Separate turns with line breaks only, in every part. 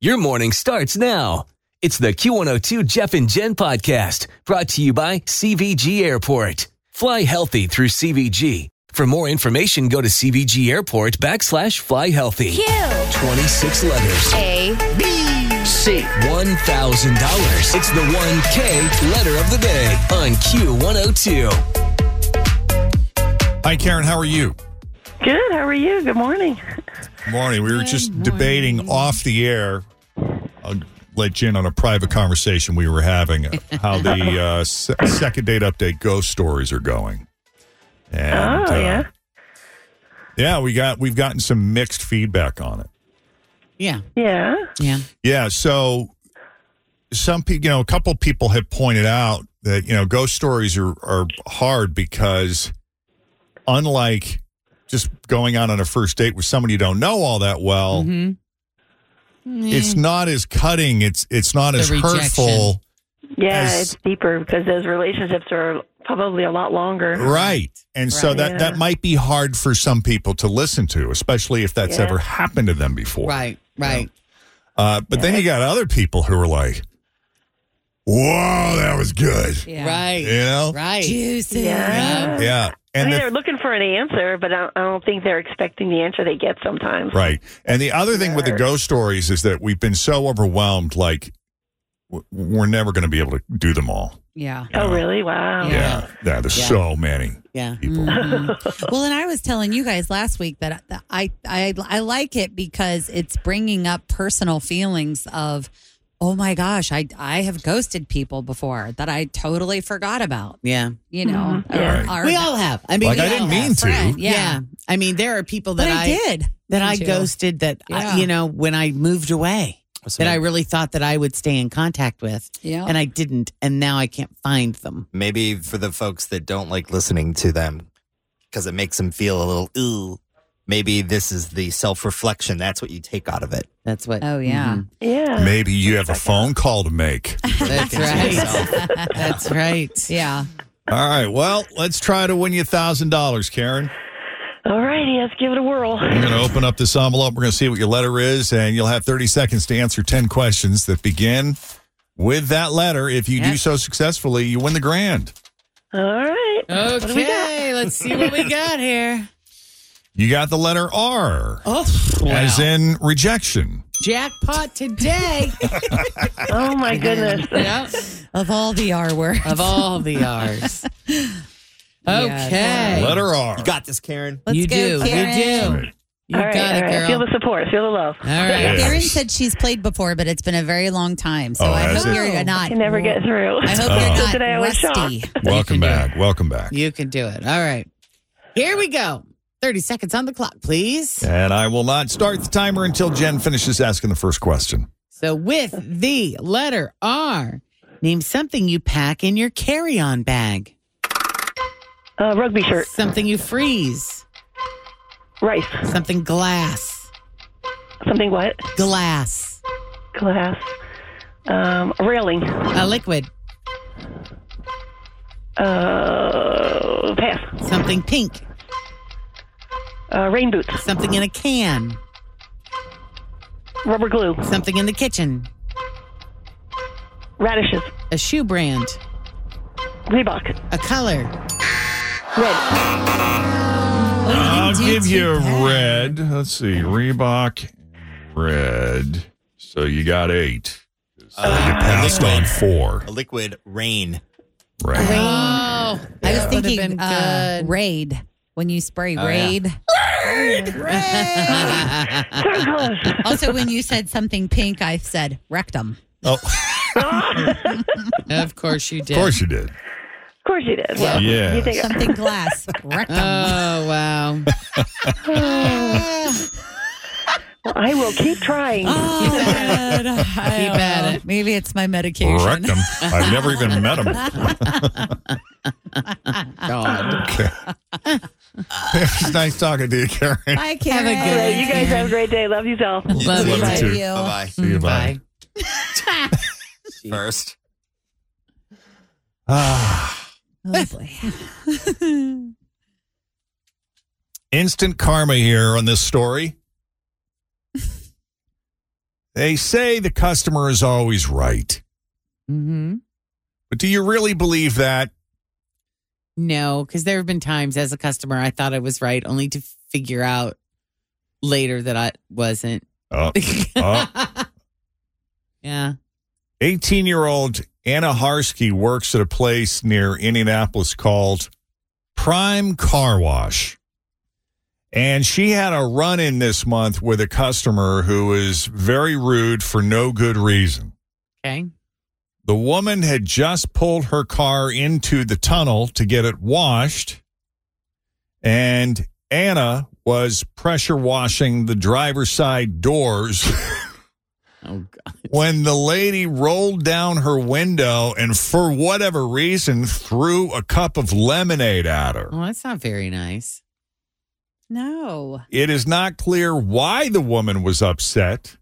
Your morning starts now. It's the Q102 Jeff and Jen podcast brought to you by CVG Airport. Fly healthy through CVG. For more information, go to CVG Airport backslash fly healthy. 26 letters.
A.
C. $1,000. It's the 1K letter of the day on Q102.
Hi, Karen. How are you?
Good. How are you? Good morning.
Morning. We were just debating off the air. I'll let Jen on a private conversation we were having uh, how the uh, se- second date update ghost stories are going. And, uh,
Oh, yeah?
yeah, we got we've gotten some mixed feedback on it.
Yeah,
Yeah.
yeah.
Yeah, so some people, you know, a couple people had pointed out that you know ghost stories are are hard because unlike just going out on a first date with somebody you don't know all that well, it's not as cutting. It's it's not
The
as hurtful.
Yeah,
As-
it's deeper because those relationships are probably a lot longer.
Right. And so
Right.
that
Yeah.
that might be hard for some people to listen to, especially if that's
Yeah.
ever happened to them before.
Right, right.
Uh, but then you got other people who are like, "Whoa, that was good."
Right.
You know?
Right.
Juicy.
Yeah.
Yeah.
I
And
mean,
the
they're looking for an answer, but I don't, I don't think they're expecting the answer they get sometimes.
Right. And the other thing with the ghost stories is that we've been so overwhelmed, like, w- we're never going to be able to do them all.
Yeah.
Oh, really? Wow.
Yeah.
Yeah. Yeah, there's
Yeah.
so many
Yeah.
people.
Mhm. well, and I was telling you guys last week that that I, I I like it because it's bringing up personal feelings of, oh my gosh, I I have ghosted people before that I totally forgot about.
Yeah.
You know,
Mhm. Yeah.
Or- or-
We all have. I mean,
Like,
we
I
all
didn't
have.
mean to.
friend.
Yeah.
Yeah.
I mean, there are people
but
that
I,
I,
did
that I
too.
ghosted that I,
Yeah.
you know when I moved away that I really thought that I would stay in contact with,
Yeah,
and I didn't, and now I can't find them.
Maybe for the folks that don't like listening to them because it makes them feel a little ooh. Maybe this is the self reflection. That's what you take out of it.
That's what.
Oh, yeah.
Mhm.
Yeah.
Maybe you have a phone call to make.
That's right. That's right.
yeah.
All right. Well, let's try to win you $1,000, Karen.
All righty. Let's give it a whirl.
We're going to open up this envelope. We're going to see what your letter is, and you'll have 30 seconds to answer 10 questions that begin with that letter. If you do
Yeah.
so successfully, you win the grand.
All right. What do we got?
Okay, let's see what we got here.
You got the letter R,
Oh,
as
wow.
in rejection.
jackpot today.
Oh, my goodness.
yeah.
Of all the R words,
Of all the R's.
Yes.
Okay.
Letter R.
You got this, Karen.
Let's
you
go,
do.
Karen.
You do. You
all right.
got
all
it,
right.
girl.
Feel the support. Feel the love.
All right.
Yeah.
Karen said she's played before, but it's been a very long time. So
Oh,
I
has
hope
it?
you're not.
I can never get through.
I hope
Oh.
you're not
Today I was
rusty.
Welcome
You can do
back. Welcome back.
You can do it. All right. Here we go. 30 seconds on the clock, please.
And I will not start the timer until Jen finishes asking the first question.
So, with the letter R, name something you pack in your carry on bag,
Uh, rugby shirt.
something you freeze,
Rice.
something glass,
Something what?
glass,
Glass. Um, railing.
a liquid,
Uh, pass.
something pink,
Uh, rain boots.
something in a can,
Rubber glue.
something in the kitchen,
Radishes.
a shoe brand,
Reebok.
a color.
Red.
I'll give you red. Let's see. Reebok, red.
So you got eight.
Uh,
you passed on
liquid.
four.
A liquid rain.
Right.
Rain.
Oh,
I was
that would've
thinking
been
uh,
good.
raid when you spray
Oh, yeah.
raid.
So close.
also, when you said something pink, I said rectum.
Oh,
of
of course you
of
did.
course you did.
course you did.
Well,
You
Yes.
think
Something
Uh,
glass. Rectum.
Oh wow.
well, I will keep trying.
Oh, man.
Keep at it.
Maybe it's my medication.
Rectum. I've never even met him.
God.
it was nice talking to you, Karen.
I can't.
Have a good
All right,
day.
you guys have a great day. Love you all.
Love you.
Love you too.
you.
Mm, Bye
See you,
Bye.
bye. First.
Ah,
Oh, boy.
instant karma here on this story. They say the customer is always right,
Mm-hmm.
but do you really believe that?
No, because there have been times as a customer I thought I was right, only to figure out later that I wasn't.
Oh, Oh.
yeah.
18 year old Anna Harsky works at a place near Indianapolis called Prime Car Wash. And she had a run in this month with a customer who was very rude for no good reason.
Okay.
The woman had just pulled her car into the tunnel to get it washed, and Anna was pressure washing the driver's side doors
Oh God.
when the lady rolled down her window and, for whatever reason, threw a cup of lemonade at her.
Well, that's not very nice.
no.
It is not clear why the woman was upset,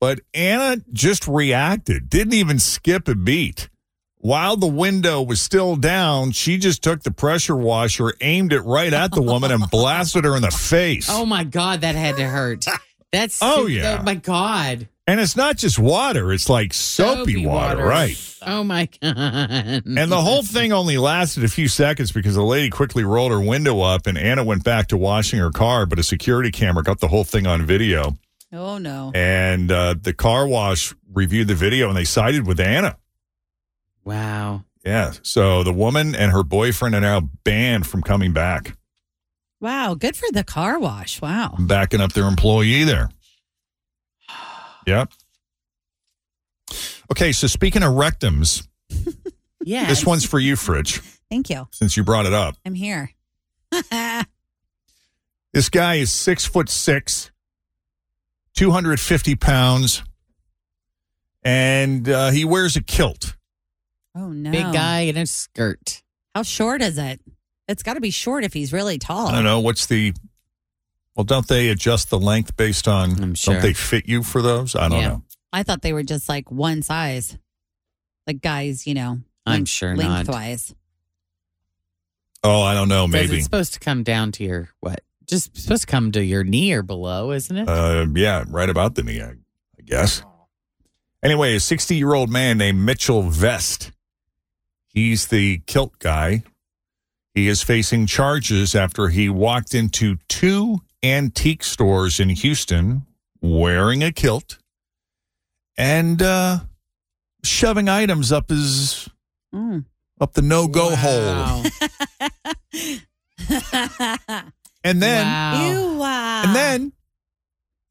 but Anna just reacted, didn't even skip a beat. While the window was still down, she just took the pressure washer, aimed it right at the woman, and blasted her in the face.
Oh my God, that had to hurt. That's
Oh, yeah.
Oh my God.
And it's not just water, it's like soapy, water, right?
Oh my God.
And
And
the whole thing only lasted a few seconds because the lady quickly rolled her window up and Anna went back to washing her car, but a security camera got the whole thing on video.
Oh no.
and uh, the car wash reviewed the video and they sided with Anna.
Wow.
Yeah. So the woman and her boyfriend are now banned from coming back,
Wow. Good for the car wash. Wow.
backing up their employee there. Yep. Okay. So speaking of rectums,
Yeah.
this one's for you, Fritch,
Thank you.
since you brought it up.
I'm here. Oh,
This guy is six foot six, 250 pounds, and uh, he wears a kilt.
oh no.
big guy in a skirt.
How short is it? It's got to be short if he's really tall.
I don't know what's the. Well, don't they adjust the length based on?
I'm sure.
Don't they fit you for those? I don't
Yeah.
know.
I thought they were just like one size. Like guys, you know.
I'm
length-
sure not.
lengthwise.
Oh, I don't know.
Because
Maybe.
It's supposed to come down to your what? Just supposed to come to your knee or below, isn't it?
Uh, yeah, right about the knee, I, I guess. Anyway, a 60 year old man named Mitchell Vest. He's the kilt guy. He is facing charges after he walked into two antique stores in Houston wearing a kilt and uh, shoving items up his
Mm.
up the no oh, go hole.
Wow.
And then
Wow.
Mm. Ew. uh,
and then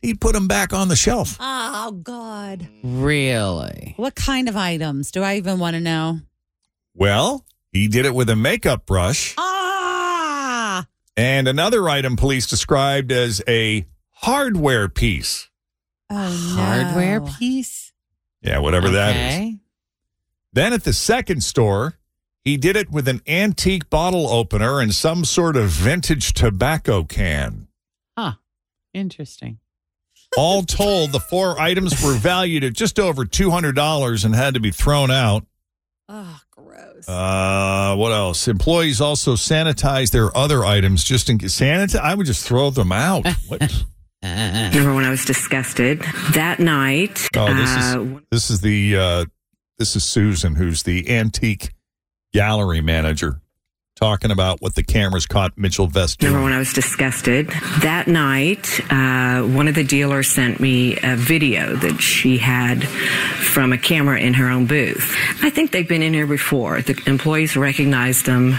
he put them back on the shelf.
Oh God.
Really?
What kind of items do I even want to know?
Well, he did it with a makeup brush
Ah.
and another item police described as a hardware piece.
Oh,
Hardware
no.
piece?
Yeah, whatever that is.
Okay.
Then at the second store, he did it with an antique bottle opener and some sort of vintage tobacco can.
Interesting.
All told, the four items were valued at just over $200 and had to be thrown out.
Oh, gross.
Uh, what else? Employees also sanitize their other items just in case. Sanitize? I would just throw them out. What?
Uh,
Remember when I was disgusted that night?
Oh, this
uh,
is-
one
this is the uh, this is Susan, who's the antique gallery manager. talking about what the cameras caught Mitchell Vest doing.
Remember when I was disgusted? That night, uh, one of the dealers sent me a video that she had from a camera in her own booth. I think they've been in here before. The employees recognized them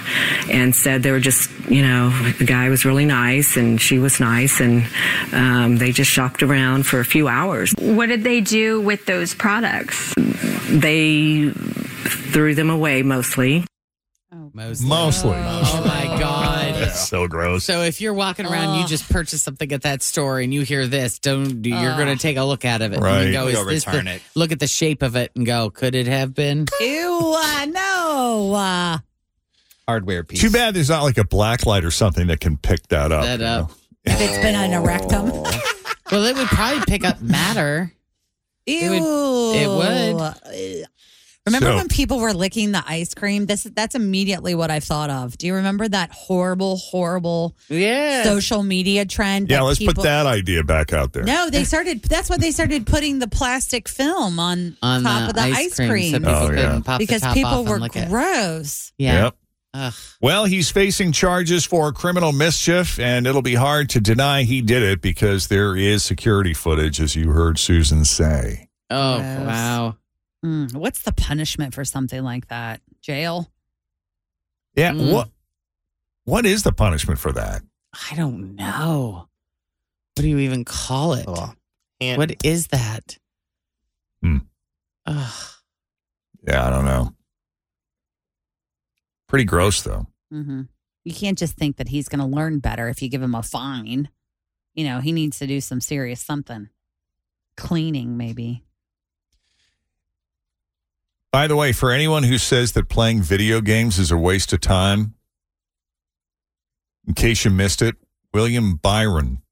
and said they were just, you know, the guy was really nice and she was nice, and um, they just shopped around for a few hours.
What did they do with those products?
They threw them away mostly.
Mostly.
Mostly.
Oh my God.
That's so gross.
So if you're walking around, you just purchase something at that store and you hear this, don't you're
Ugh.
going to take a look at it
Right.
and go,
You
is
go
this the-
return it.
look at the shape of it and go, could it have been?
Ew, uh, no. Uh,
Hardware piece.
Too bad there's not like a black light or something that can pick that up.
That
you
up.
know?
if it's been an erectum.
well, it would probably pick up matter.
Ew.
would- it
would. Remember
So-
when people were licking the ice cream? This that's immediately what I thought of. Do you remember that horrible, horrible
Yeah.
social media trend?
Yeah,
that
let's
people-
put that idea back out there.
No, they started. That's why they started putting the plastic film on,
on
top
the
of the ice, cream,
so people
Oh,
couldn't
yeah.
pop
because
the top
people
off
were
and look at-
gross.
Yeah.
Yep.
Ugh.
Well, he's facing charges for criminal mischief, and it'll be hard to deny he did it because there is security footage, as you heard Susan say.
Oh
Gross.
wow.
Mm, what's the punishment for something like that? Jail.
Yeah.
Mm.
What? What is the punishment for that?
I don't know. What do you even call it?
Oh, hand-
What is that?
Hmm.
Ugh.
Yeah, I don't know. Pretty gross, though.
hmm You can't just think that he's going to learn better if you give him a fine. You know, he needs to do some serious something. Cleaning, maybe.
By the way, for anyone who says that playing video games is a waste of time, in case you missed it, William Byron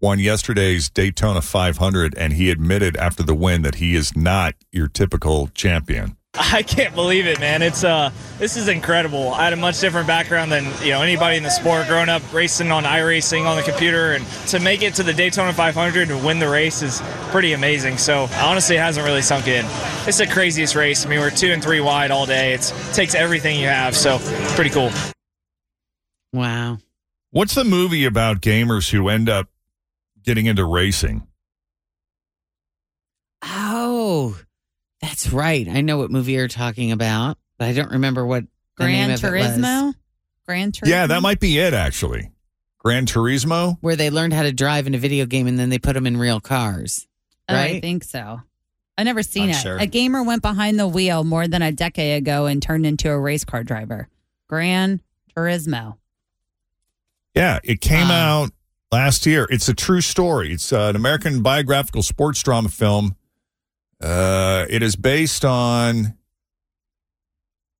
won yesterday's Daytona 500, and he admitted after the win that he is not your typical champion.
I can't believe it, man. It's uh, this is incredible. I had a much different background than you know anybody in the sport. Growing up racing on iRacing on the computer, and to make it to the Daytona 500 and win the race is pretty amazing. So honestly, it hasn't really sunk in. It's the craziest race. I mean, we're two and three wide all day. It's, it takes everything you have. So it's pretty cool.
Wow.
What's the movie about gamers who end up getting into racing?
Oh, that's right. I know what movie you're talking about, but I don't remember what the
Gran
name of it was.
Turismo? Gran Turismo?
Yeah, that might be it, actually. Gran Turismo?
Where they learned how to drive in a video game and then they put them in real cars.
Oh, I
right?
think so. I've never seen it.
Unsure.
A gamer went behind the wheel more than a decade ago and turned into a race car driver. Gran Turismo.
Yeah, it came
Wow.
out last year. It's a true story. It's uh, an American biographical sports drama film. Uh, it is based on.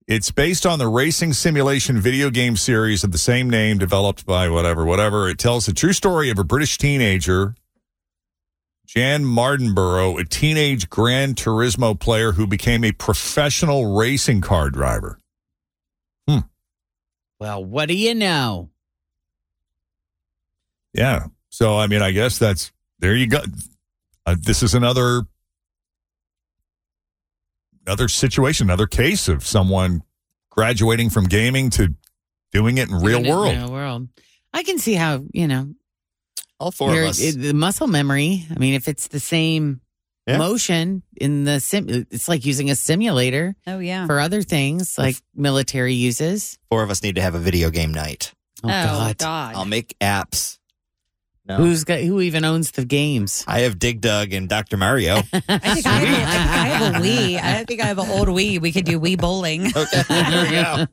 It's based on the racing simulation video game series of the same name developed by whatever, whatever. It tells the true story of a British teenager, Jan Mardenborough, a teenage Gran Turismo player who became a professional racing car driver.
Well, what do you know?
Yeah. So I mean, I guess that's there. You go. Uh, this is another another situation, another case of someone graduating from gaming to doing it in real
Doing it in
world.
Real world. I can see how, you know,
All four
your-
of us.
it- the muscle memory. I mean, if it's the same
Yeah.
motion in the sim, it's like using a simulator
Oh, yeah.
for other things like military uses.
four of us need to have a video game night.
Oh, God.
I'll make apps. No.
Who's got, who even owns the games?
I have Dig Dug and Dr. Mario.
I think I, have, a- I think I have a Wii. I think I have an old Wii. We could do Wii bowling.
okay. There we go.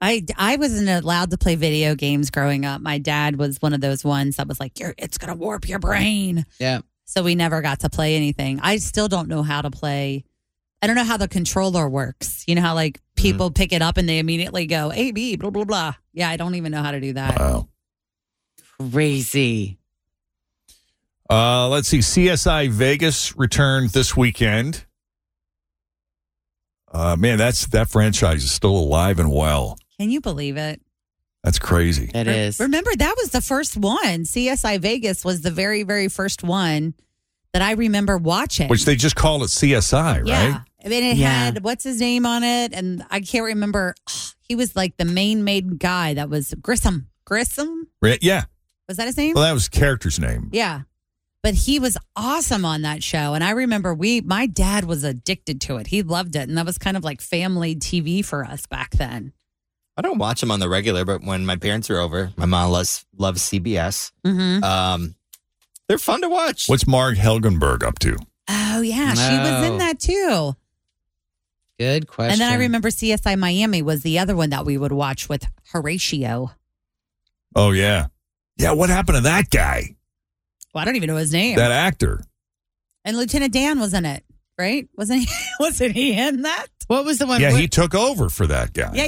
I, I wasn't allowed to play video games growing up. My dad was one of those ones that was like, You're, it's going to warp your brain.
Yeah.
So we never got to play anything. I still don't know how to play. I don't know how the controller works. You know how like
Mm-hmm.
people pick it up and they immediately go, A, B, blah, blah, blah. Yeah, I don't even know how to do that.
Wow.
Crazy.
Uh, let's see. CSI Vegas returned this weekend. Uh, man, that's that franchise is still alive and well.
Can you believe it?
That's crazy.
That
Re-
is.
Remember, that was the first one. CSI Vegas was the very, very first one that I remember watching.
Which they just call it CSI,
Yeah.
right?
I mean, it
Yeah.
had what's his name on it, and I can't remember. He He was like the main made guy that was Grissom. Grissom?
Right? Yeah.
Was that his name?
Well, that was the character's name.
Yeah. But he was awesome on that show. And I remember we, my dad was addicted to it. He loved it. And that was kind of like family TV for us back then.
I don't watch them on the regular, but when my parents are over, my mom loves loves CBS.
Mm-hmm.
Um, they're fun to watch.
What's Marg Helgenberg up to?
oh, yeah. She was
No.
in that too.
Good question.
And then I remember CSI Miami was the other one that we would watch with Horatio.
Oh yeah, yeah. What happened to that guy?
Well, I don't even know his name.
That actor?
and Lieutenant Dan was in it, right? Wasn't he? Wasn't he in that?
What was the one?
yeah,
what-
he took over for that guy.
yeah,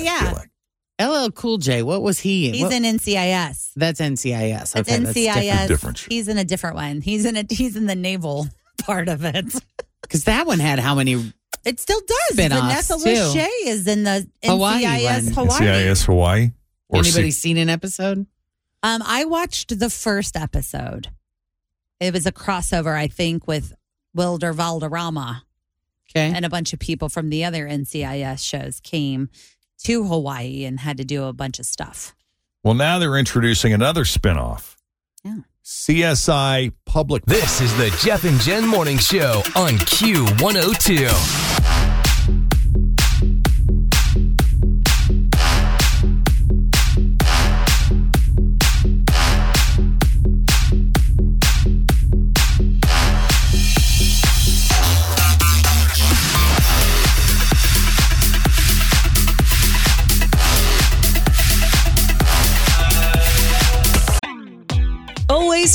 yeah.
LL Cool J. What was he? in?
He's
What-
in NCIS.
That's NCIS.
That's
Okay,
NCIS.
different.
He's in a different one. He's in a he's in the naval part of it.
Because that one had how many?
It still does.
Spin-offs,
Vanessa
too.
Lachey is in the NCIS
Hawaii
Hawaii.
one.
NCIS Hawaii. Or
Anybody
C-
seen an episode?
Um, I watched the first episode. It was a crossover, I think, with Wilder Valderrama.
Okay.
and a bunch of people from the other NCIS shows came to Hawaii and had to do a bunch of stuff.
well, now they're introducing another spinoff.
Yeah.
CSI Public.
This is the Jeff and Jen Morning Show on Q102.
Always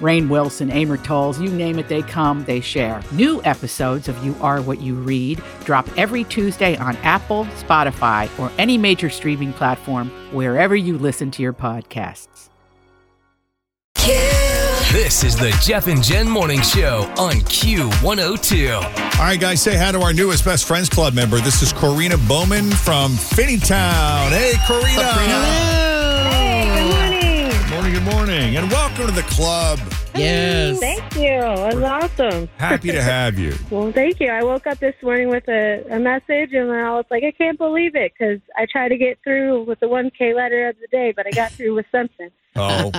Rain Wilson, Amor Tolls, you name it, they come, they share. New episodes of You Are What You Read drop every Tuesday on Apple, Spotify, or any major streaming platform wherever you listen to your podcasts.
This is the Jeff and Jen Morning Show on Q102.
All right, guys, say hi to our newest Best Friends Club member. This is Corina Bowman from Finneytown. Hey, Corina.
Hey, good morning.
Morning, good morning, and welcome to the club.
Thank you. It was awesome.
Happy to have you.
Well, thank you. I woke up this morning with a, a message, and then I was like, I can't believe it because I tried to get through with the 1K letter of the day, but I got through with something.
Oh.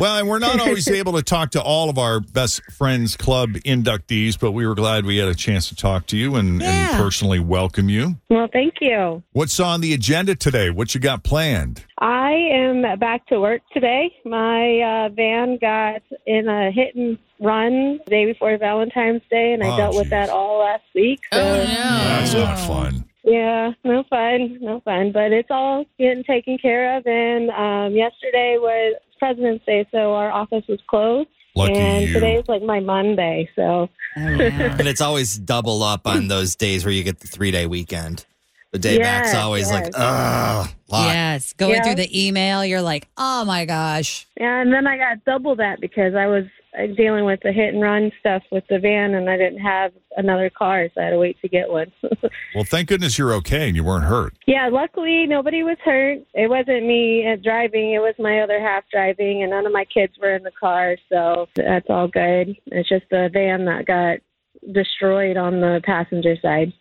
Well, and we're not always able to talk to all of our best friends club inductees, but we were glad we had a chance to talk to you and, and personally welcome you.
Well, thank you.
What's on the agenda today? What you got planned?
I am back to work today. My uh, van got in a hit and run the day before Valentine's Day, and I
Oh,
dealt with that all last week.
Oh,
So,
That's not fun.
Yeah, no fun, no fun, but it's all getting taken care of. And um, yesterday was President's Day, so our office was closed.
Lucky
and
you.
today's like my Monday,
Oh,
so
and it's always double up on those days where you get the three day weekend. The day back's
Yes,
always
yes.
like, ugh, lot.
Yes, going
Yeah.
through the email, you're like, oh my gosh.
yeah. And then I got double that because I was uh, dealing with the hit and run stuff with the van, and I didn't have another car, so I had to wait to get one.
Well, thank goodness you're okay and you weren't hurt.
yeah, luckily nobody was hurt. It wasn't me uh, driving; it was my other half driving, and none of my kids were in the car, so that's all good. It's just the van that got destroyed on the passenger side.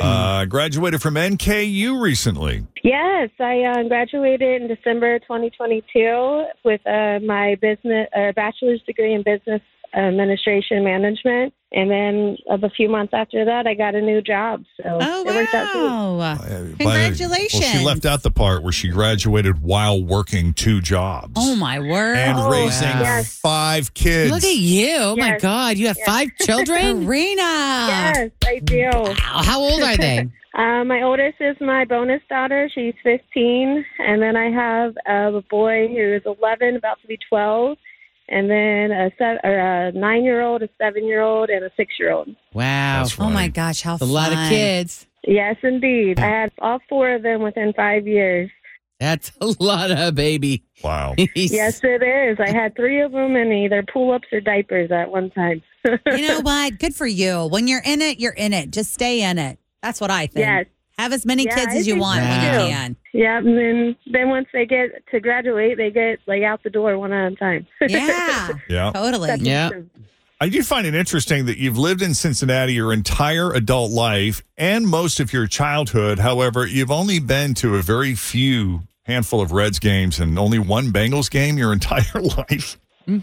Uh, graduated from NKU recently.
Yes, I uh, graduated in December 2022 with uh, my business uh, bachelor's degree in business administration management, and then of a few months after that, I got a new job. So oh, it worked out. Too.
Oh,
Uh, By- well, she left out the part where she graduated while working two jobs
oh my word.
and raising five kids.
Look at you. Oh my God. You have five children?
Karina.
Yes, I do.
How old are they?
Uh, my oldest is my bonus daughter. She's 15. And then I have uh, a boy who is 11, about to be 12. And then a, seven, or a nine year old, a seven year old, and a six year old.
Wow.
Oh my gosh, how
A lot of
fun.
kids.
Yes, indeed. I had all four of them within five years.
That's a lot of baby.
Wow.
yes, it is. I had three of them in either pull ups or diapers at one time.
you know what? Good for you. When you're in it, you're in it. Just stay in it. That's what I think.
Yes.
Have as many
Yeah,
kids
I
as you
think
want
so,
when you
too.
can.
Yeah, and then then once they get to graduate, they get like out the door one at a time.
Yeah,
Yeah.
totally.
Yeah.
I do find it interesting that you've lived in Cincinnati your entire adult life and most of your childhood. However, you've only been to a very few handful of Reds games and only one Bengals game your entire life.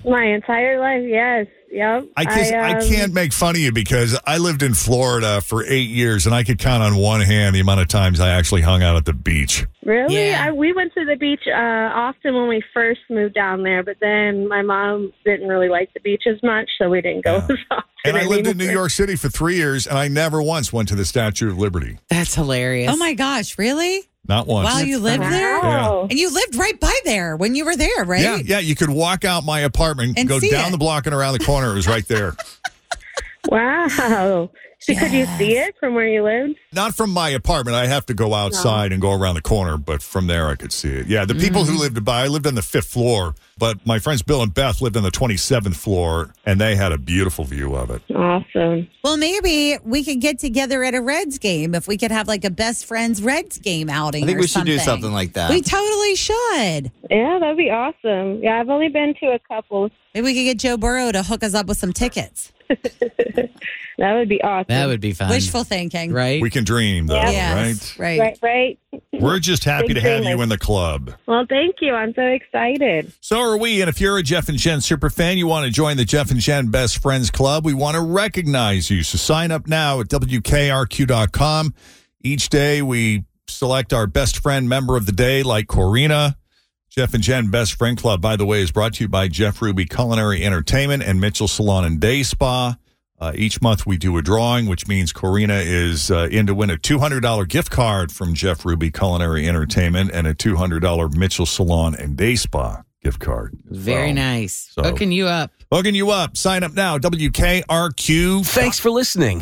My entire life, yes, yep.
I, just, I,
um,
can't make fun of you because I lived in Florida for eight years and I could count on one hand the amount of times I actually hung out at the beach.
Really? I, we went to the beach uh, often when we first moved down there, but then my mom didn't really like the beach as much, so we didn't go as often.
And I lived in New
anymore.
York City for three years and I never once went to the Statue of Liberty.
That's hilarious.
Oh my gosh, really?
Not once.
While you lived there?
Yeah.
And you lived right by there when you were there, right?
Yeah, yeah. You could walk out my apartment,
And
go
see
down
it.
the block and around the corner. It was right there.
Wow. So could you see it from where you lived?
Not from my apartment. I have to go outside and go around the corner, but from there I could see it. Yeah, the people who lived by, I lived on the fifth floor, but my friends Bill and Beth lived on the 27th floor, and they had a beautiful view of it.
Awesome.
Well, maybe we could get together at a Reds game if we could have like a best friends Reds game outing.
I think
or
we should do
something.
something like that.
We totally should.
Yeah, that'd be awesome. Yeah, I've only been to a couple.
Maybe we could get Joe Burrow to hook us up with some tickets.
That would be awesome.
That would be fun.
Wishful thinking.
Right?
We can dream, though,
Yes,
right?
right.
Right, right.
We're just happy
Big
to have
dreamers.
you in the club.
Well, thank you. I'm so excited.
So are we. And if you're a Jeff and Jen super fan, you want to join the Jeff and Jen Best Friends Club, we want to recognize you. So sign up now at WKRQ.com. Each day we select our best friend member of the day, like Corina. Jeff and Jen Best Friend Club, by the way, is brought to you by Jeff Ruby Culinary Entertainment and Mitchell Salon and Day Spa. Uh, each month we do a drawing, which means Corina is uh, in to win a $200 gift card from Jeff Ruby Culinary Entertainment and a $200 Mitchell Salon and Day Spa gift card. as
Very
well.
nice.
So-
Hooking you up.
Hooking you up. Sign up now. WKRQ.
Thanks for listening